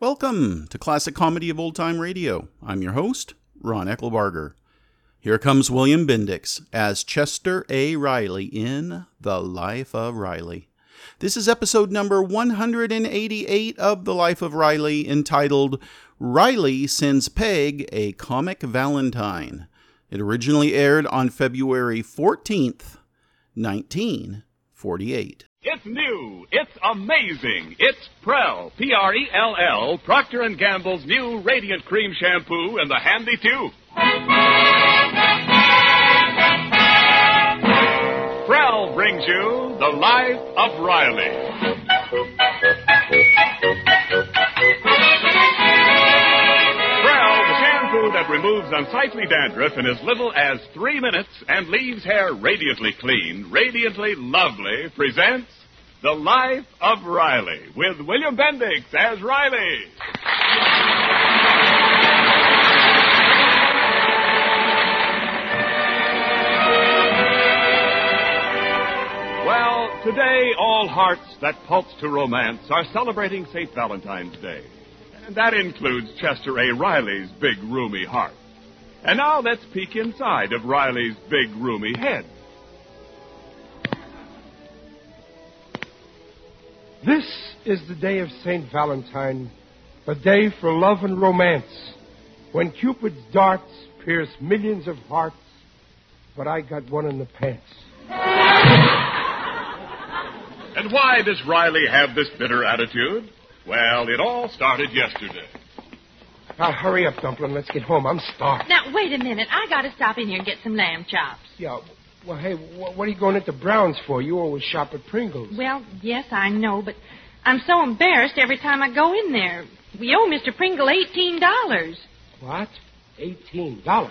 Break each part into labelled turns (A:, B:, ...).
A: Welcome to Classic Comedy of Old Time Radio. I'm your host, Ron Eckelbarger. Here comes William Bendix as Chester A. Riley in The Life of Riley. This is episode number 188 of The Life of Riley, entitled Riley Sends Peg a Comic Valentine. It originally aired on February 14th, 1948.
B: It's new. It's amazing. It's Prell, P-R-E-L-L, E Procter & Gamble's new Radiant Cream Shampoo and the handy tube. Prell brings you The Life of Riley. Prell, the shampoo that removes unsightly dandruff in as little as three minutes and leaves hair radiantly clean, radiantly lovely, presents The Life of Riley with William Bendix as Riley. Well, today all hearts that pulse to romance are celebrating St. Valentine's Day. And that includes Chester A. Riley's big, roomy heart. And now let's peek inside of Riley's big, roomy head.
C: This is the day of St. Valentine, a day for love and romance, when Cupid's darts pierce millions of hearts, but I got one in the pants.
B: And why does Riley have this bitter attitude? Well, it all started yesterday.
C: Now, hurry up, Dumplin'. Let's get home. I'm starved.
D: Now, wait a minute. I gotta stop in here and get some lamb chops.
C: Yeah, well, hey, wh- what are you going into Brown's for? You always shop at Pringles.
D: Well, yes, I know, but I'm so embarrassed every time I go in there. We owe Mr. Pringle $18.
C: What? Eighteen dollars?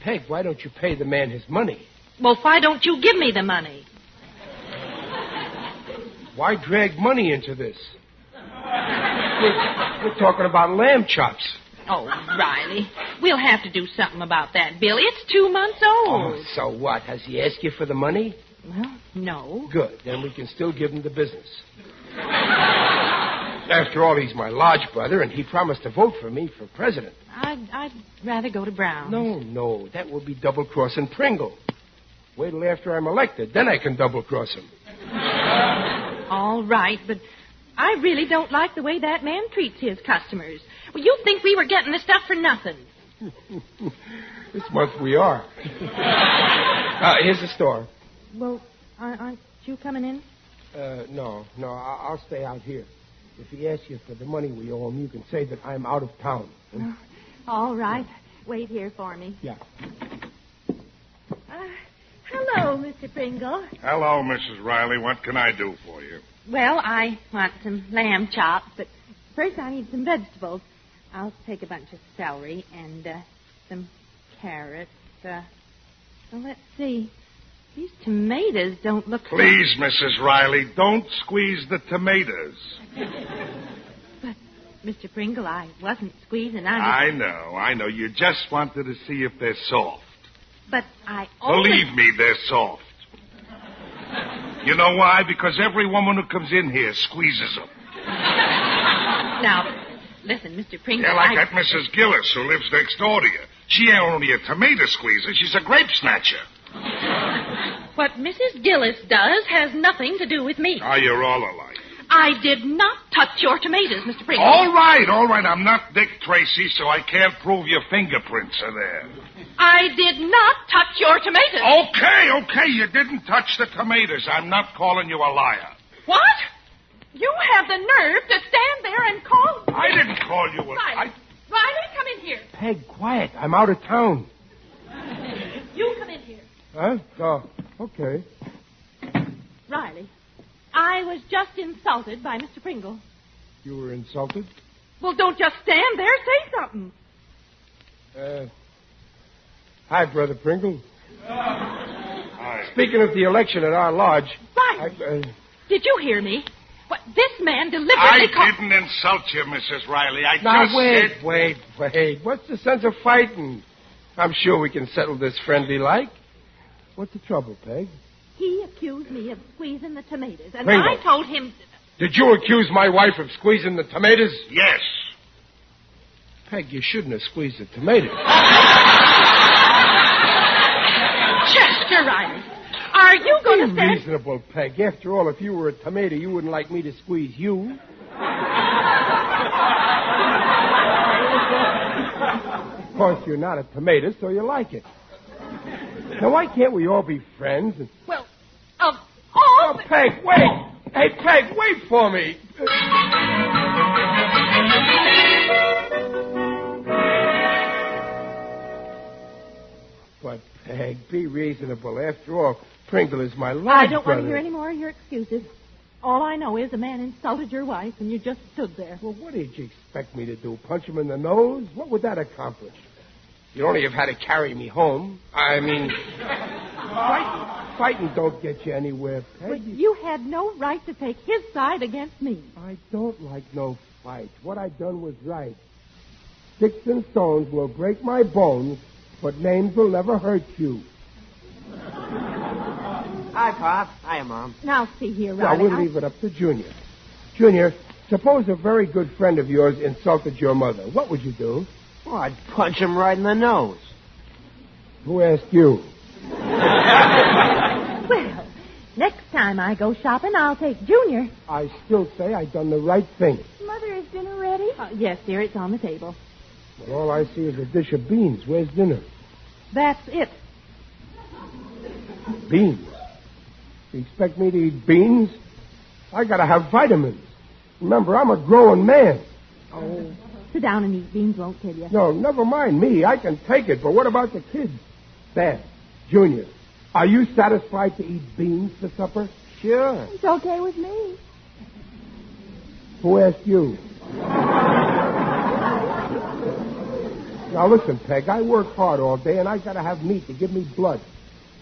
C: Peg, why don't you pay the man his money?
D: Well, why don't you give me the money?
C: Why drag money into this? We're, we're talking about lamb chops.
D: Oh, Riley, we'll have to do something about that bill. It's two months old.
C: Oh, so what? Has he asked you for the money?
D: Well, no.
C: Good. Then we can still give him the business. After all, he's my lodge brother, and he promised to vote for me for president.
D: I'd, I'd rather go to Brown.
C: No, no, that would be double crossing Pringle. Wait till after I'm elected, then I can double cross him.
D: All right, but I really don't like the way that man treats his customers. Well, you'd think we were getting the stuff for nothing.
C: This month we are. uh, here's the store.
D: Well, aren't aren't you coming in?
C: Uh, no, no, I- I'll stay out here. If he asks you for the money we owe him, you can say that I'm out of town.
D: All right. Wait here for me.
C: Yeah.
D: Uh, hello, Mr. Pringle.
E: Hello, Mrs. Riley. What can I do for you?
D: Well, I want some lamb chops, but first I need some vegetables. I'll take a bunch of celery and uh, some carrots. Uh, well, let's see. These tomatoes don't look.
E: Please, Mrs. Riley, don't squeeze the tomatoes.
D: Mr. Pringle, I wasn't squeezing. I.
E: I know, I know. You just wanted to see if they're soft.
D: But I only.
E: Believe me, they're soft. You know why? Because every woman who comes in here squeezes them.
D: Now, listen, Mr. Pringle.
E: Yeah, like
D: I...
E: that Mrs. Gillis who lives next door to you. She ain't only a tomato squeezer, she's a grape snatcher.
D: What Mrs. Gillis does has nothing to do with me.
E: Oh, you're all alike.
D: I did not touch your tomatoes, Mr. Pringle.
E: All right, all right. I'm not Dick Tracy, so I can't prove your fingerprints are there.
D: I did not touch your tomatoes.
E: Okay, okay, you didn't touch the tomatoes. I'm not calling you a liar.
D: What? You have the nerve to stand there and call
E: I didn't call you a
D: Riley.
E: I,
D: Riley, come in here.
C: Peg, quiet. I'm out of town.
D: You come in here.
C: Huh? Oh, okay.
D: Riley, I was just insulted by Mr. Pringle.
C: You were insulted?
D: Well, don't just stand there. Say something.
C: Uh, hi, Brother Pringle.
E: Uh, I-
C: Speaking of the election at our lodge, I,
D: Riley,
C: uh,
D: did you hear me? What, this man deliberately
E: I
D: called...
E: didn't insult you, Mrs. Riley. I just
C: now wait,
E: said
C: wait, wait. What's the sense of fighting? I'm sure we can settle this friendly like. What's the trouble, Peg?
D: He accused me of squeezing the tomatoes, and
C: Pringle.
D: I told him...
C: Did you accuse my wife of squeezing the tomatoes?
E: Yes.
C: Peg, you shouldn't have squeezed the tomatoes.
D: Chester Riley, are you going to
C: Be
D: stand?
C: reasonable, Peg. After all, if you were a tomato, you wouldn't like me to squeeze you. of course, you're not a tomato, so you like it. Now, why can't we all be friends? And...
D: Well, of all
C: Oh, Peg, wait! Hey, Peg, wait for me. But, Peg, be reasonable. After all, Pringle is my life
D: I don't want to
C: brother.
D: hear any more of your excuses. All I know is a man insulted your wife and you just stood there.
C: Well, what did you expect me to do? Punch him in the nose? What would that accomplish? You'd only have had to carry me home. I mean, fighting, fighting don't get you anywhere, Peg.
D: You had no right to take his side against me.
C: I don't like no fight. What I done was right. Sticks and stones will break my bones, but names will never hurt you.
F: Hi, Pop. Hiya, Mom.
D: Now, see here,
C: Now,
D: Riley.
C: we'll leave it up to Junior. Junior, suppose a very good friend of yours insulted your mother. What would you do?
F: Well, Oh, I'd punch him right in the nose.
C: Who asked you?
D: I- Well, next time I go shopping, I'll take Junior.
C: I still say I done the right thing.
D: Mother, is dinner ready? Uh, yes, dear, it's on the table.
C: Well, all I see is a dish of beans. Where's dinner?
D: That's it.
C: Beans. You expect me to eat beans? I gotta have vitamins. Remember, I'm a growing man.
D: Sit down and eat. Beans won't kill you.
C: Oh. No, never mind me. I can take it. But what about the kids? Dad, Junior, are you satisfied to eat beans for supper?
F: Sure.
D: It's okay with me.
C: Who asked you? now listen, Peg. I work hard all day, and I gotta have meat to give me blood.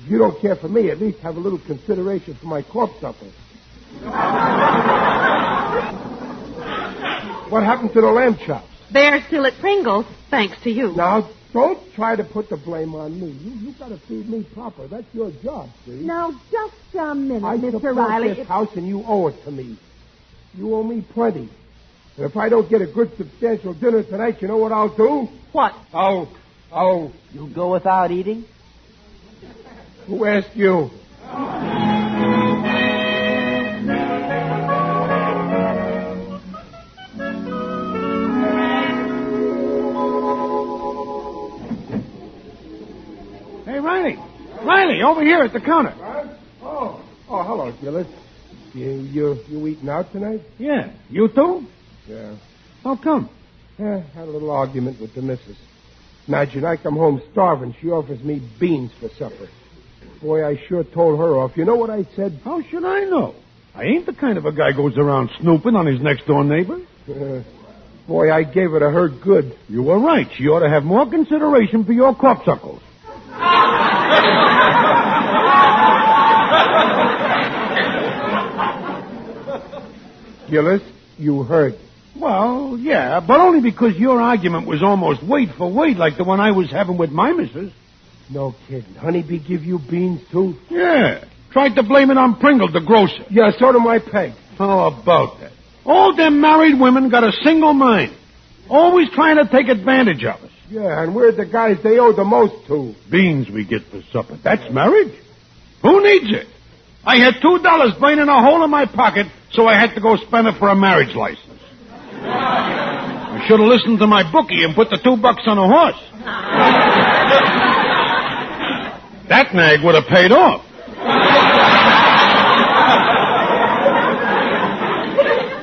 C: If you don't care for me, at least have a little consideration for my corpse supper. what happened to the lamb chops?
D: They're still at Pringle's, thanks to you.
C: Now, don't try to put the blame on me. You, you got to feed me proper. That's your job, see?
D: Now, just a minute,
C: I
D: Mr.
C: support
D: Riley.
C: this
D: If-
C: house, and you owe it to me. You owe me plenty. And if I don't get a good substantial dinner tonight, you know what I'll do?
F: What?
C: I'll,
G: Oh,
C: I'll.
F: You'll go without eating?
C: Who asked you?
G: Hey, Riley. Riley, over here at the counter.
C: Oh, oh, hello, Gillis. You, you, you eating out tonight?
G: Yeah. You too?
C: Yeah.
G: How come?
C: Eh, had a little argument with the missus. Imagine I come home starving. She offers me beans for supper. Boy, I sure told her off. You know what I said?
G: How should I know? I ain't the kind of a guy goes around snooping on his next door neighbor.
C: Uh, boy, I gave it to her good.
G: You were right. She ought to have more consideration for your corpuscles.
C: Gillis, you heard.
G: Well, yeah, but only because your argument was almost weight for weight like the one I was having with my missus.
C: No kidding. Honeybee give you beans, too?
G: Yeah. Tried to blame it on Pringle, the grocer.
C: Yeah, so do my peg.
G: How about that? All them married women got a single mind. Always trying to take advantage of us.
C: Yeah, and we're the guys they owe the most to.
G: Beans we get for supper. That's marriage? Who needs it? I had two dollars burning a hole in my pocket, so I had to go spend it for a marriage license. I should have listened to my bookie and put the two bucks on a horse. that nag would have paid off.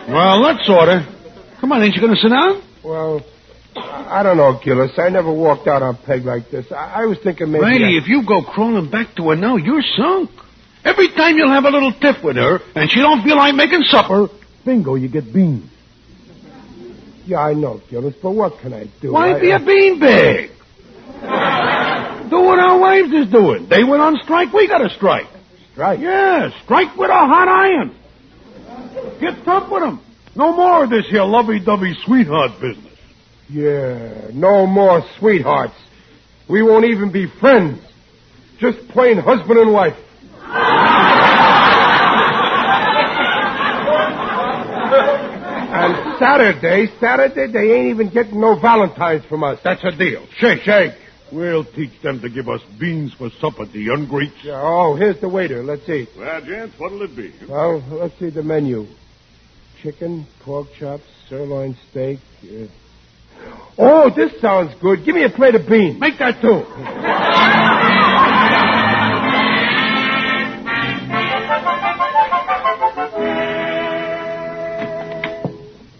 G: well, let's order. Come on, ain't you going to sit down?
C: Well, I I don't know, Gillis. I never walked out on Peg like this. I, I was thinking maybe.
G: Lady,
C: I-
G: if you go crawling back to her now, you're sunk. Every time you'll have a little tiff with her, and she don't feel like making supper, bingo, you get beans.
C: Yeah, I know, Gillis, but what can I do?
G: Why
C: I,
G: be
C: I-
G: a beanbag? do what our wives is doing. They went on strike, we got to strike.
C: Right.
G: Yeah, strike with a hot iron. Get tough with 'em. No more of this here lovey-dovey sweetheart business.
C: Yeah, no more sweethearts. We won't even be friends. Just plain husband and wife. Saturday, Saturday, they ain't even getting no Valentines from us.
G: That's a deal. Shake, shake. We'll teach them to give us beans for supper, the ungreats.
C: Yeah, oh, here's the waiter. Let's eat.
B: Well, gents, what'll it be?
C: Well, let's see the menu. Chicken, pork chops, sirloin steak. Uh... Oh, this sounds good. Give me a plate of beans.
G: Make that two.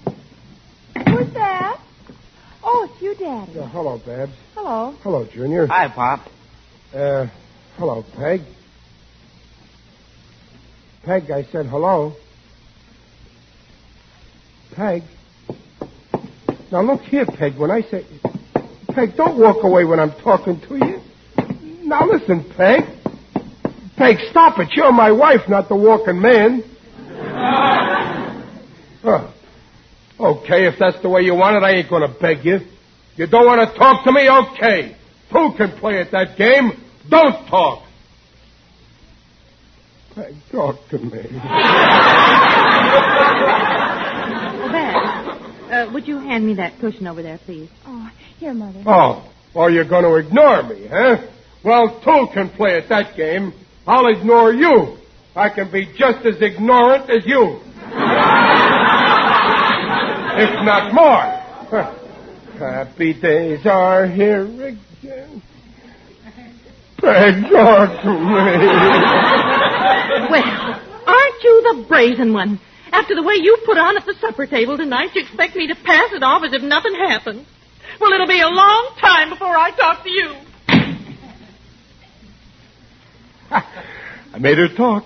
D: Who's that? Oh, it's you, Daddy.
C: Uh, hello, Babs.
D: Hello.
C: Hello, Junior.
F: Hi, Pop.
C: Uh, hello, Peg. Peg, I said hello. Peg. Now look here, Peg. When I say, Peg, don't walk away when I'm talking to you. Now listen, Peg. Peg, stop it. You're my wife, not the walking man. Huh. Okay, if that's the way you want it, I ain't gonna beg you. You don't want to talk to me? Okay. Who can play at that game? Don't talk. Peg, talk to me.
D: Well, Dad, uh, would you hand me that cushion over there, please?
H: Oh, here, Mother.
C: Oh, or you're going to ignore me, huh? Well, two can play at that game. I'll ignore you. I can be just as ignorant as you. if not more. Huh. Happy days are here again. Peg, talk to me.
D: Well, aren't you the brazen one? After the way you put on at the supper table tonight, you expect me to pass it off as if nothing happened. Well, it'll be a long time before I talk to you.
C: I made her talk.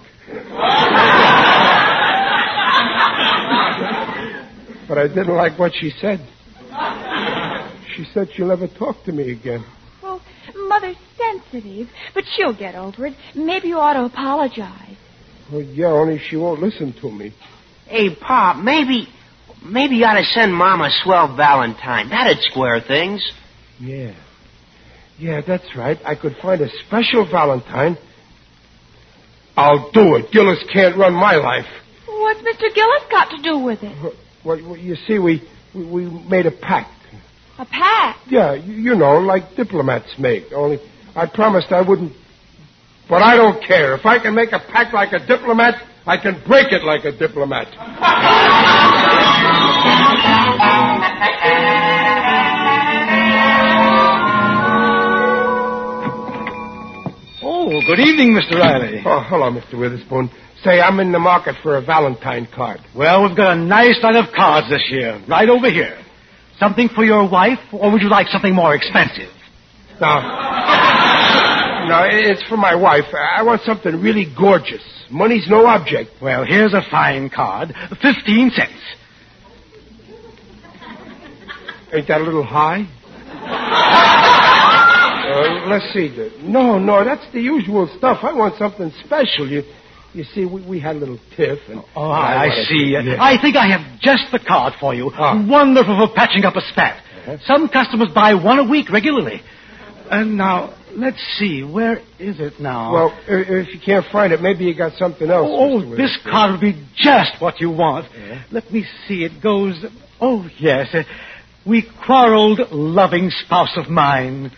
C: but I didn't like what she said. She said she'll never talk to me again.
H: Well, Mother's sensitive, but she'll get over it. Maybe you ought to apologize.
C: Well, yeah, only she won't listen to me.
F: Hey, Pop, maybe, maybe you ought to send Mom a swell Valentine. That'd square things.
C: Yeah. Yeah, that's right. I could find a special Valentine. I'll do it. Gillis can't run my life.
H: What's Mr. Gillis got to do with it?
C: Well, well, you see, we, we, we made a pact.
H: A pact.
C: Yeah, you, you know, like diplomats make. Only I promised I wouldn't. But I don't care. If I can make a pact like a diplomat, I can break it like a diplomat.
I: Oh, good evening, Mr. Riley.
C: Oh, hello, Mr. Witherspoon. Say, I'm in the market for a Valentine card.
I: Well, we've got a nice line of cards this year, right over here. Something for your wife, or would you like something more expensive?
C: Now, now it's for my wife. I want something really gorgeous. Money's no object.
I: Well, here's a fine card, 15 cents.
C: Ain't that a little high? Uh, let's see. the- No, no, that's the usual stuff. I want something special. You, you see, we, we had a little tiff. And
I: Oh, I,
C: wanted-
I: see.
C: Yeah.
I: I think I have just the card for you.
C: Ah.
I: Wonderful for patching up a spat. Some customers buy one a week regularly. And now, let's see, where is it now?
C: Well, i- if you can't find it, maybe you got something else.
I: Oh,
C: Mr.
I: oh,
C: Williams.
I: this card will be just what you want. Let me see. It goes. Oh, yes. uh, We quarreled, loving spouse of mine.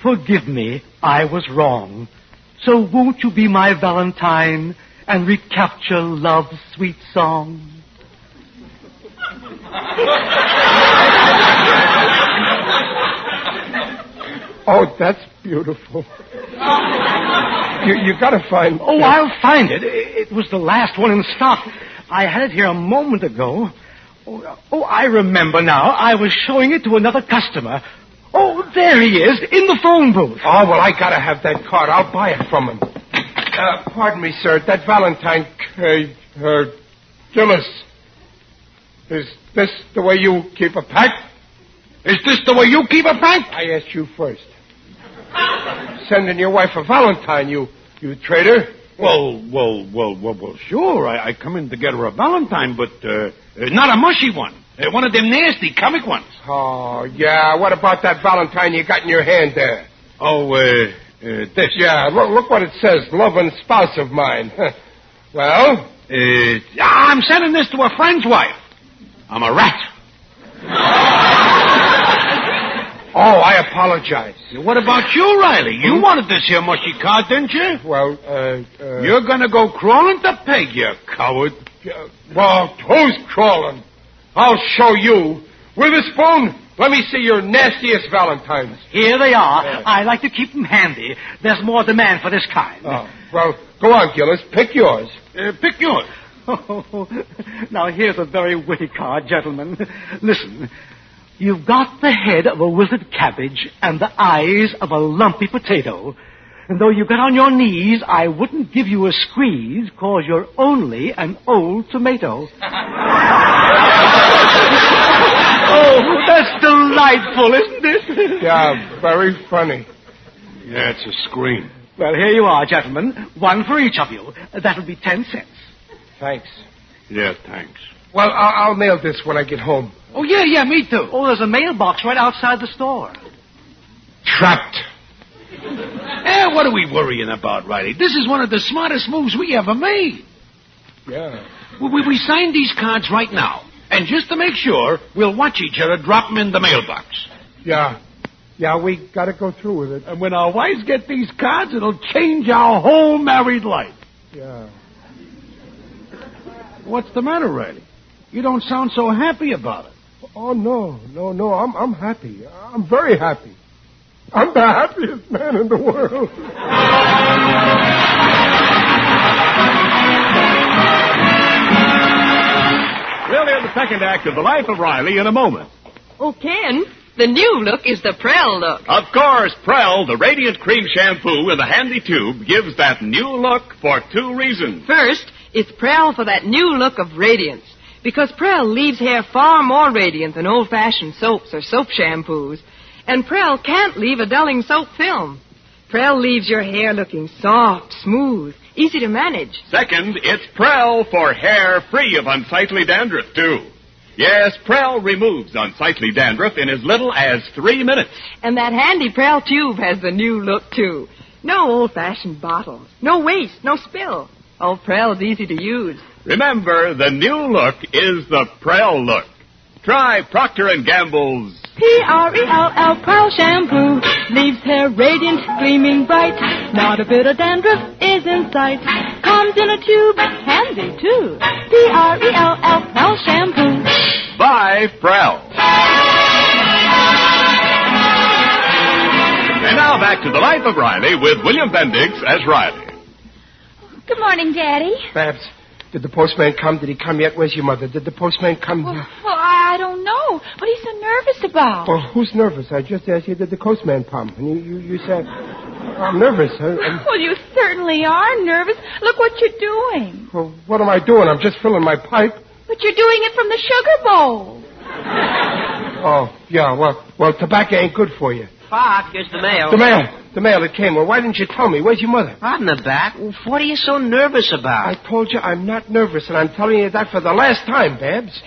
I: Forgive me, I was wrong. So won't you be my Valentine and recapture love's sweet song?
C: Oh, that's beautiful. you you got to find.
I: Oh, I'll find it. It was the last one in stock. I had it here a moment ago. Oh, oh, I remember now. I was showing it to another customer. Oh, there he is, in the phone booth.
C: Oh, well, I gotta have that card. I'll buy it from him. Uh, pardon me, sir. That Valentine, uh, uh, Gillis. Is this the way you keep a pact?
E: Is this the way you keep a pact?
C: I asked you first. Sending your wife a Valentine, you, you traitor.
G: Well, well, well, well, well, sure. I, I come in to get her a Valentine, but uh, uh, not a mushy one.
E: Uh, one of them nasty comic ones.
C: Oh, yeah. What about that Valentine you got in your hand there?
G: Oh, uh, uh, this.
C: Yeah, look, look what it says. Loving spouse of mine. well,
G: Uh, I'm sending this to a friend's wife. I'm a rat. Oh,
C: I apologize.
G: What about you, Riley? You wanted this here mushy card, didn't you?
C: Well, uh, uh
G: You're gonna go crawling to Peg, you coward.
C: Uh, well, who's crawling? I'll show you. Witherspoon, let me see your nastiest valentines.
I: Here they are. I like to keep them handy. There's more demand for this kind.
C: Oh, well, go on, Gillis. Pick yours.
G: Uh, pick yours.
I: Oh, now, here's a very witty card, gentlemen. Listen. You've got the head of a wilted cabbage and the eyes of a lumpy potato. And though you got on your knees, I wouldn't give you a squeeze, cause you're only an old tomato. oh, that's delightful, isn't it?
C: Yeah, very funny.
G: Yeah, it's a scream.
I: Well, here you are, gentlemen. One for each of you. That'll be ten cents.
C: Thanks.
G: Yeah, thanks.
C: Well, I'll, I'll mail this when I get home.
I: Oh, yeah, yeah, me too. Oh, there's a mailbox right outside the store.
G: Trapped. eh, what are we worrying about, Riley? This is one of the smartest moves we ever made.
C: Yeah.
G: We, we, we sign these cards right now. And just to make sure, we'll watch each other drop them in the mailbox.
C: Yeah. Yeah, we gotta go through with it.
G: And when our wives get these cards, it'll change our whole married life.
C: Yeah.
G: What's the matter, Riley? You don't sound so happy about it.
C: Oh no, no, no. I'm I'm happy. I'm very happy. I'm the happiest man in the world.
B: We'll hear the second act of The Life of Riley in a moment.
J: Oh, Ken, the new look is the Prel look.
B: Of course, Prel, the radiant cream shampoo in the handy tube, gives that new look for two reasons.
J: First, it's Prel for that new look of radiance. Because Prel leaves hair far more radiant than old fashioned soaps or soap shampoos. And Prel can't leave a dulling soap film. Prel leaves your hair looking soft, smooth, easy to manage.
B: Second, it's Prel for hair free of unsightly dandruff, too. Yes, Prel removes unsightly dandruff in as little as three minutes.
J: And that handy Prel tube has the new look, too. No old fashioned bottles, no waste, no spill. Oh, Prel's easy to use.
B: Remember, the new look is the Prel look. Try Procter & Gamble's
J: P R E L L Prel shampoo leaves hair radiant, gleaming bright. Not a bit of dandruff is in sight. Comes in a tube, handy too. P R E L L Prel shampoo.
B: by Prel. And now back to The Life of Riley with William Bendix as Riley.
D: Good morning, Daddy.
C: Babs, did the postman come? Did he come yet? Where's your mother? Did the postman come?
D: Well, well, I I don't know. What are you so nervous about?
C: Well, Oh, who's nervous? I just asked you, did the postman come? And you, you, you said, I'm nervous. I, I'm-
D: Well, you certainly are nervous. Look what you're doing.
C: well, what am I doing? I'm just filling my pipe.
D: But you're doing it from the sugar bowl.
C: Oh, yeah, well, well, tobacco ain't good for you.
K: Pop, here's the mail.
C: The mail, the mail, it came. Well, why didn't you tell me? Where's your mother?
K: Out in the back. What are you so nervous
C: I
K: about?
C: told you I'm not nervous, and I'm telling you that for the last time, Babs.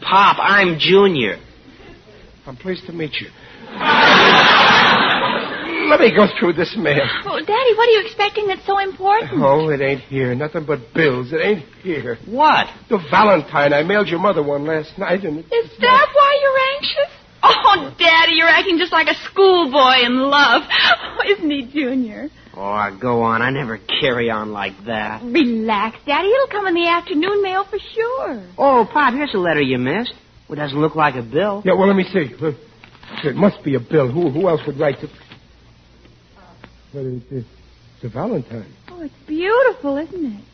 K: Pop, I'm Junior.
C: I'm pleased to meet you. Let me go through this mail.
D: Well, Daddy, what are you expecting that's so important?
C: Oh, it ain't here. Nothing but bills. It ain't here.
K: What?
C: The Valentine. I mailed your mother one last night, and it-
D: Is that why you're anxious? Oh, Daddy, you're acting just like a schoolboy in love. Oh, Isn't he, Junior?
K: Oh, go on. I never carry on like that.
D: Relax, Daddy. It'll come in the afternoon mail for sure.
K: Oh, Pop, here's a letter you missed. Well, doesn't look like a bill.
C: Yeah, well, let me see. Look, It must be a bill. Who, who else would write to... But it, it, it's a Valentine.
D: Oh, it's beautiful, isn't it?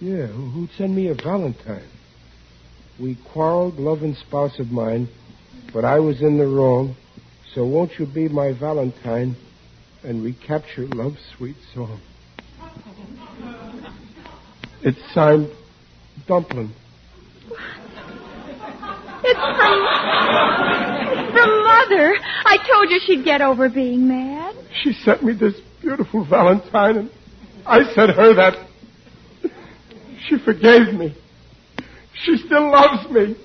C: Yeah, who, who'd send me a Valentine? We quarreled, love and spouse of mine, but I was in the wrong, so won't you be my Valentine and recapture love's sweet song? It's signed Dumpling.
D: It's from it's from mother. I told you she'd get over being mad.
C: She sent me this beautiful Valentine, and I sent her that. She forgave me. She still loves me.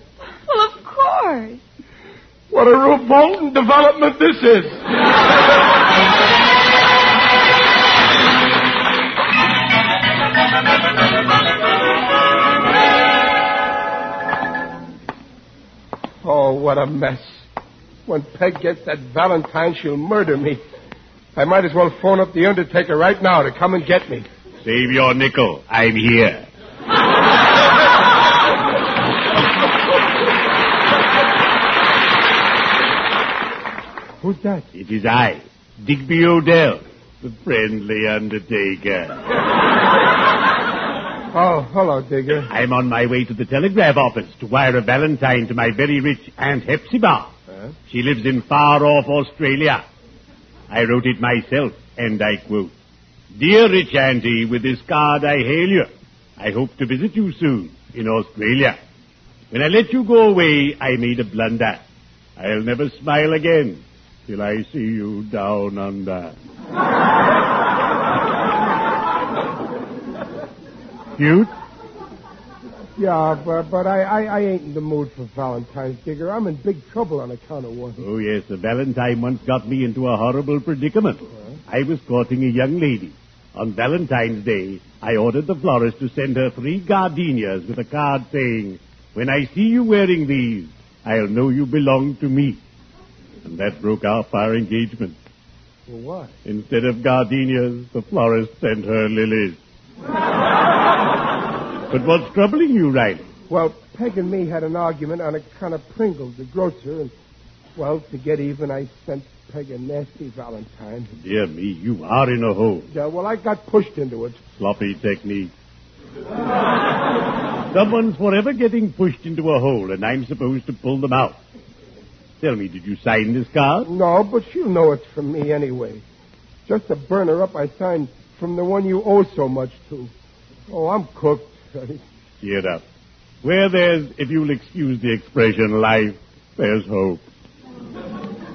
D: Well, of course.
C: What a revolting development this is. Oh, what a mess. When Peg gets that Valentine, she'll murder me. I might as well phone up the undertaker right now to come and get me.
E: Save your nickel. I'm here.
C: Who's that?
E: It is I, Digby Odell, the friendly undertaker.
C: Oh, hello, Digger.
E: I'm on my way to the telegraph office to wire a valentine to my very rich Aunt Hepzibah.
C: Huh?
E: She lives in far off Australia. I wrote it myself, and I quote, Dear Rich Auntie, with this card I hail you. I hope to visit you soon in Australia. When I let you go away, I made a blunder. I'll never smile again till I see you down under. Cute?
C: Yeah, but, but I, I, I ain't in the mood for Valentine's, Digger. I'm in big trouble on account of one.
E: Oh, yes, a Valentine once got me into a horrible predicament. I was courting a young lady. On Valentine's Day, I ordered the florist to send her three gardenias with a card saying, When I see you wearing these, I'll know you belong to me. And that broke off our engagement.
C: Well, what?
E: Instead of gardenias, the florist sent her lilies. but what's troubling you, Riley?
C: Well, Peg and me had an argument on account of Pringle, the grocer, and, well, to get even, I sent Peg a nasty Valentine.
E: Dear me, you are in a hole.
C: Yeah, well, I got pushed into it.
E: Sloppy technique. Someone's forever getting pushed into a hole, and I'm supposed to pull them out. Tell me, did you sign this card?
C: No, but she'll know it's from me anyway. Just to burn her up, I signed from the one you owe so much to. Oh, I'm cooked.
E: Cheer up. Where there's, if you'll excuse the expression, life, there's hope.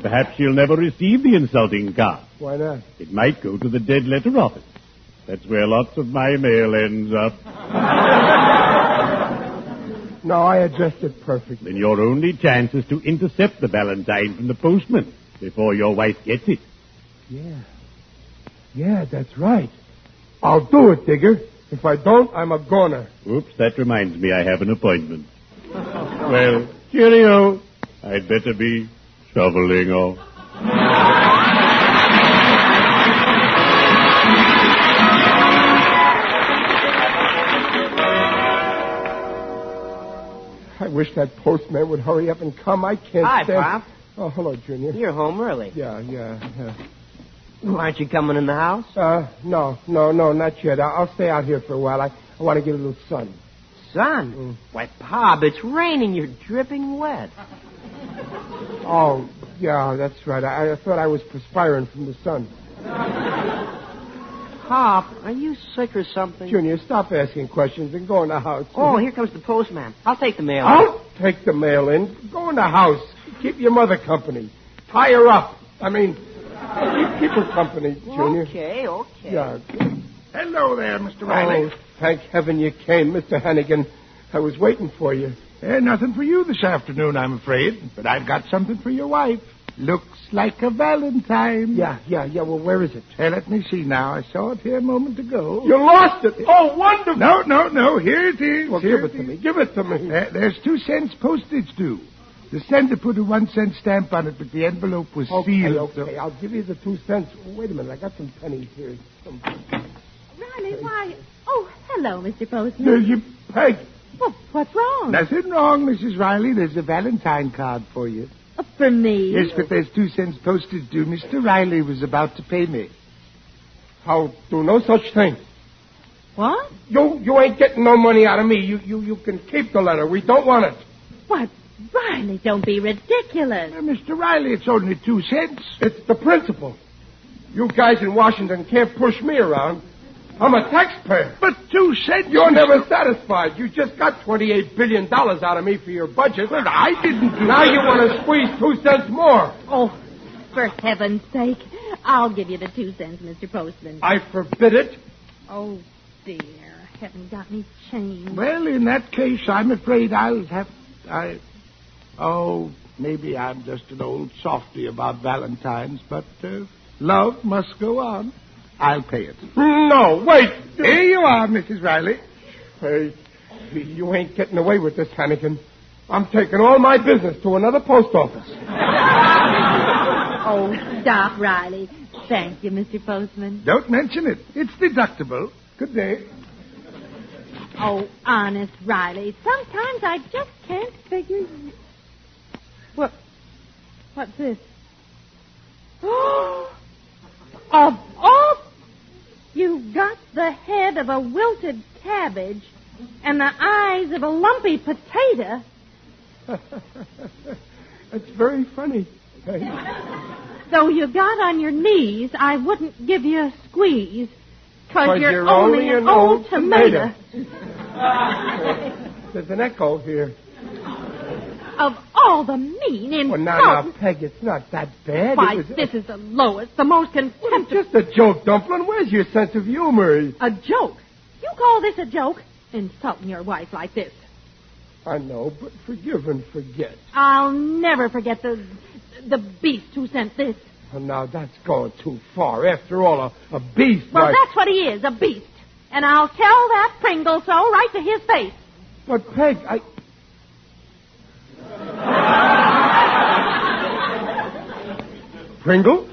E: Perhaps she'll never receive the insulting card.
C: Why not?
E: It might go to the dead letter office. That's where lots of my mail ends up.
C: No, I addressed it perfectly.
E: Then your only chance is to intercept the valentine from the postman before your wife gets it.
C: Yeah. Yeah, that's right. I'll do it, Digger. If I don't, I'm a goner.
E: Oops, that reminds me I have an appointment. well, cheerio. I'd better be shoveling off.
C: I wish that postman would hurry up and come. I can't
F: Hi,
C: stand...
F: Pop.
C: Oh, hello, Junior.
F: You're home early.
C: Yeah, yeah.
F: Aren't you coming in the house?
C: yeah. Uh, no, no, no, not yet. I- I'll stay out here for a while. I, I want to get a little sun. Mm.
F: Son. Why, Pop, it's raining. You're dripping wet.
C: Oh, yeah, that's right. I, I thought I was perspiring from the sun.
F: Pop, are you sick or something?
C: Junior, stop asking questions and go in the house.
F: Oh, here comes the postman. I'll take the mail.
C: I'll take the mail in. Go in the house. Keep your mother company. Tie her up. I mean, keep people company, Junior.
F: Okay, okay.
C: Yeah.
G: Hello there, Mr.
C: Oh,
G: Riley.
C: thank heaven you came, Mr. Hannigan. I was waiting for you.
G: Eh, nothing for you this afternoon, I'm afraid. But I've got something for your wife. Looks like a valentine.
C: Yeah, yeah, yeah. Well, where is it?
G: Eh, let me see now. I saw it here a moment ago.
C: You lost it. Oh, wonderful.
G: No, no, no. Here it is.
C: Well,
G: Here
C: give it to
G: is.
C: me. Give it to me.
G: Eh, there's two cents postage due. The sender put a one cent stamp on it, but the envelope was
C: Okay,
G: sealed. so-
C: okay. I'll give you the two cents. Wait a minute. I got some pennies here. Some...
D: Riley, why? Oh, hello, Mr.
G: There
D: Postman.
G: you peg.
D: Well, what's wrong?
G: Nothing wrong, Mrs. Riley. There's a Valentine card for you.
D: Uh, For me.
G: Yes, but there's two cents postage due. Mr. Riley was about to pay me.
C: I'll do no such thing.
D: What?
C: You you ain't getting no money out of me. You you you can keep the letter. We don't want it.
D: Why, Riley, don't be ridiculous.
G: Eh, Mr. Riley, it's only two cents.
C: It's the principle. You guys in Washington can't push me around. I'm a taxpayer.
G: But two cents.
C: You're
G: Mr.
C: never satisfied. You just got $28 billion out of me for your budget. But I didn't do Now you want to squeeze two cents more.
D: Oh, for heaven's sake. I'll give you the two cents, Mr. Postman.
C: I forbid it.
D: Oh, dear. Haven't got me changed.
G: Well, in that case, I'm afraid I'll have. I. Oh, maybe I'm just an old softy about Valentines, but uh, love must go on. I'll pay it.
C: No, wait.
G: Here you are, Mrs. Riley.
C: Hey, you ain't getting away with this, Hannigan. I'm taking all my business to another post office.
D: Oh, stop, Riley. Thank you, Mr. Postman.
G: Don't mention it. It's deductible. Good day.
D: Oh, honest, Riley. Sometimes I just can't figure. you- What? What's this? of all, you've got the head of a wilted cabbage and the eyes of a lumpy potato.
C: That's very funny.
D: Though you got on your knees, I wouldn't give you a squeeze. Cause
C: 'Cause
D: you're,
C: you're
D: only an old, tomato.
C: There's an echo here.
D: Of all the mean
C: Well,
D: insults.
C: now, now, Peg, it's not that bad.
D: Why,
C: it was
D: this is the lowest, the most contemptible.
C: just a joke, Dumplin'. Where's your sense of humor?
D: A joke? You call this a joke? Insulting your wife like this.
C: I know, but forgive and forget.
D: I'll never forget the the beast who sent this.
C: Well, now, that's going too far. After all, a, a beast
D: Well,
C: like...
D: that's what he is, a beast. And I'll tell that Pringle so right to his face.
C: But, Peg, I... Pringle?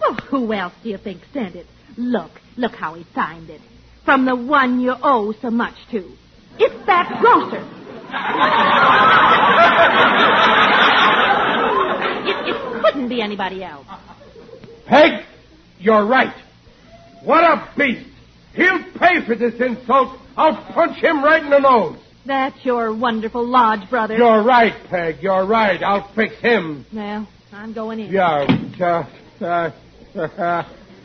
D: Well, who else do you think sent it? Look, look how he signed it. From the one you owe so much to. It's that grocer. it, it couldn't be anybody else.
C: Peg, you're right. What a beast. He'll pay for this insult. I'll punch him right in the nose.
D: That's your wonderful lodge, brother.
C: You're right, Peg. You're right. I'll fix him.
D: Well, I'm going in.
C: Yeah. uh, uh,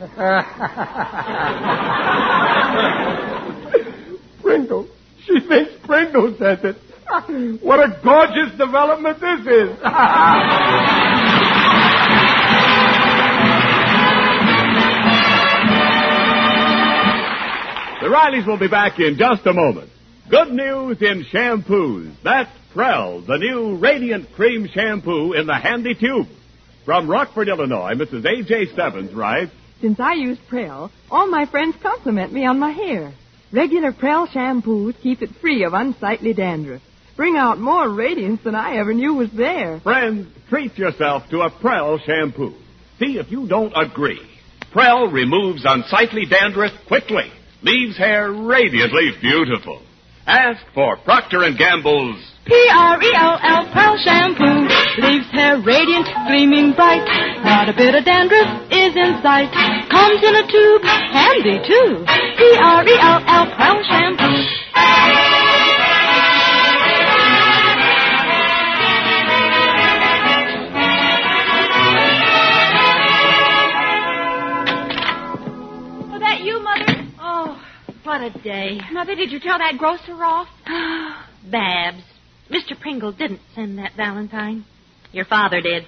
C: uh, Pringle. She thinks Pringle says it. what a gorgeous development this is.
B: The Rileys will be back in just a moment. Good news in shampoos. That's Prell, the new Radiant Cream Shampoo in the handy tube. From Rockford, Illinois, Mrs. A.J. Stebbins writes,
J: Since I use Prel, all my friends compliment me on my hair. Regular Prel shampoos keep it free of unsightly dandruff, bring out more radiance than I ever knew was there.
B: Friends, treat yourself to a Prell shampoo. See if you don't agree. Prell removes unsightly dandruff quickly, leaves hair radiantly beautiful. Ask for Procter & Gamble's
H: P-R-E-L-L E Pearl Shampoo leaves hair radiant, gleaming bright. Not a bit of dandruff is in sight. Comes in a tube, handy too. P-R-E-L-L Pearl Shampoo.
D: Oh, that you, Mother? Oh, what a day.
H: Mother, did you tell that grocer off?
D: Babs, Mr. Pringle didn't send that valentine. Your father did.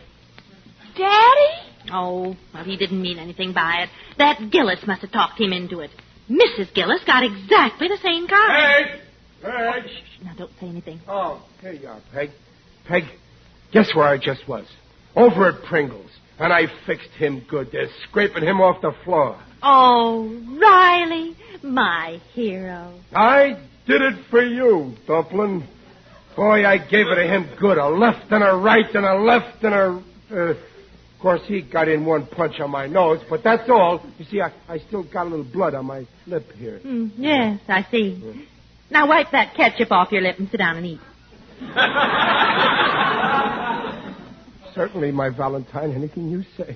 H: Daddy?
D: Oh, well, he didn't mean anything by it. That Gillis must have talked him into it. Mrs. Gillis got exactly the same kind.
C: Peg! Peg!
D: Now, don't say anything.
C: Oh, here you are, Peg. Peg, guess where I just was? Over at Pringle's. And I fixed him good. They're scraping him off the floor.
D: Oh, Riley, my hero.
C: I did it for you, Duplin. Boy, I gave it to him good. A left and a right and a left and a. Uh, of course, he got in one punch on my nose, but that's all. You see, I, I still got a little blood on my lip here.
D: Mm, yes, I see. Now wipe that ketchup off your lip and sit down and eat.
C: Certainly, my Valentine, anything you say.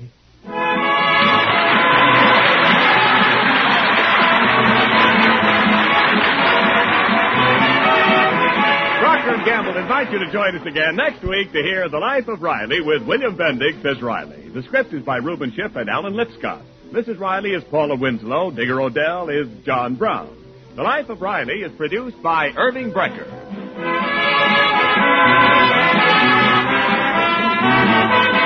B: Procter and Gamble invite you to join us again next week to hear The Life of Riley with William Bendix as Riley. The script is by Reuben Schiff and Alan Lipscott. Mrs. Riley is Paula Winslow. Digger Odell is John Brown. The Life of Riley is produced by Irving Brecker.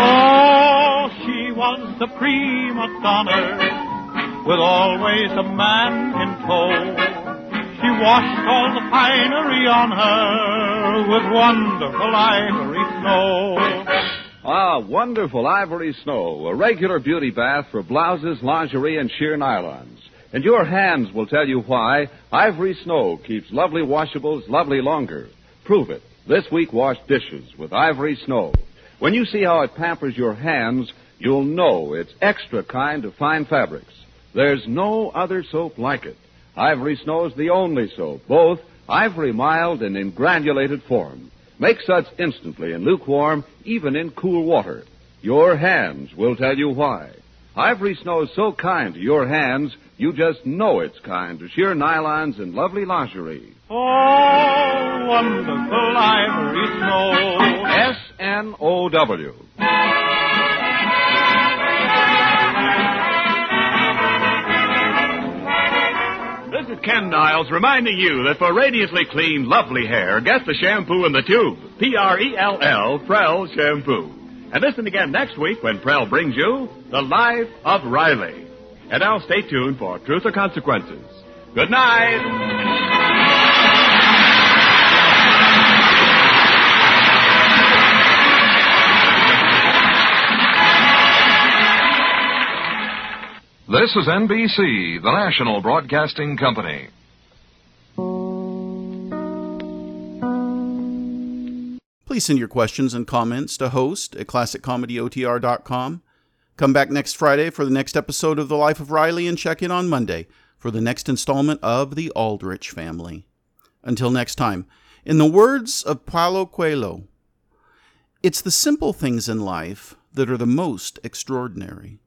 K: Oh, she was the prima donna, with always a man in tow. She washed all the finery on her with wonderful ivory snow.
L: Ah, wonderful ivory snow, a regular beauty bath for blouses, lingerie, and sheer nylons. And your hands will tell you why Ivory Snow keeps lovely washables lovely longer. Prove it. This week wash dishes with Ivory Snow. When you see how it pampers your hands, you'll know it's extra kind of fine fabrics. There's no other soap like it. Ivory Snow's the only soap, both ivory mild and in granulated form. Make suds instantly in lukewarm, even in cool water. Your hands will tell you why. Ivory Snow's so kind to your hands, you just know it's kind to sheer nylons and lovely lingerie.
K: Oh, wonderful ivory snow.
L: S-N-O-W.
B: This is Ken Niles reminding you that for radiantly clean, lovely hair, get the shampoo in the tube. P R E L L, Prel Shampoo. And listen again next week when Prel brings you The Life of Riley. And now stay tuned for Truth or Consequences. Good night.
M: This is NBC, the national broadcasting company.
A: Please send your questions and comments to host at classiccomedyotr.com. Come back next Friday for the next episode of The Life of Riley and check in on Monday for the next installment of The Aldrich Family. Until next time, in the words of Paulo Coelho, it's the simple things in life that are the most extraordinary.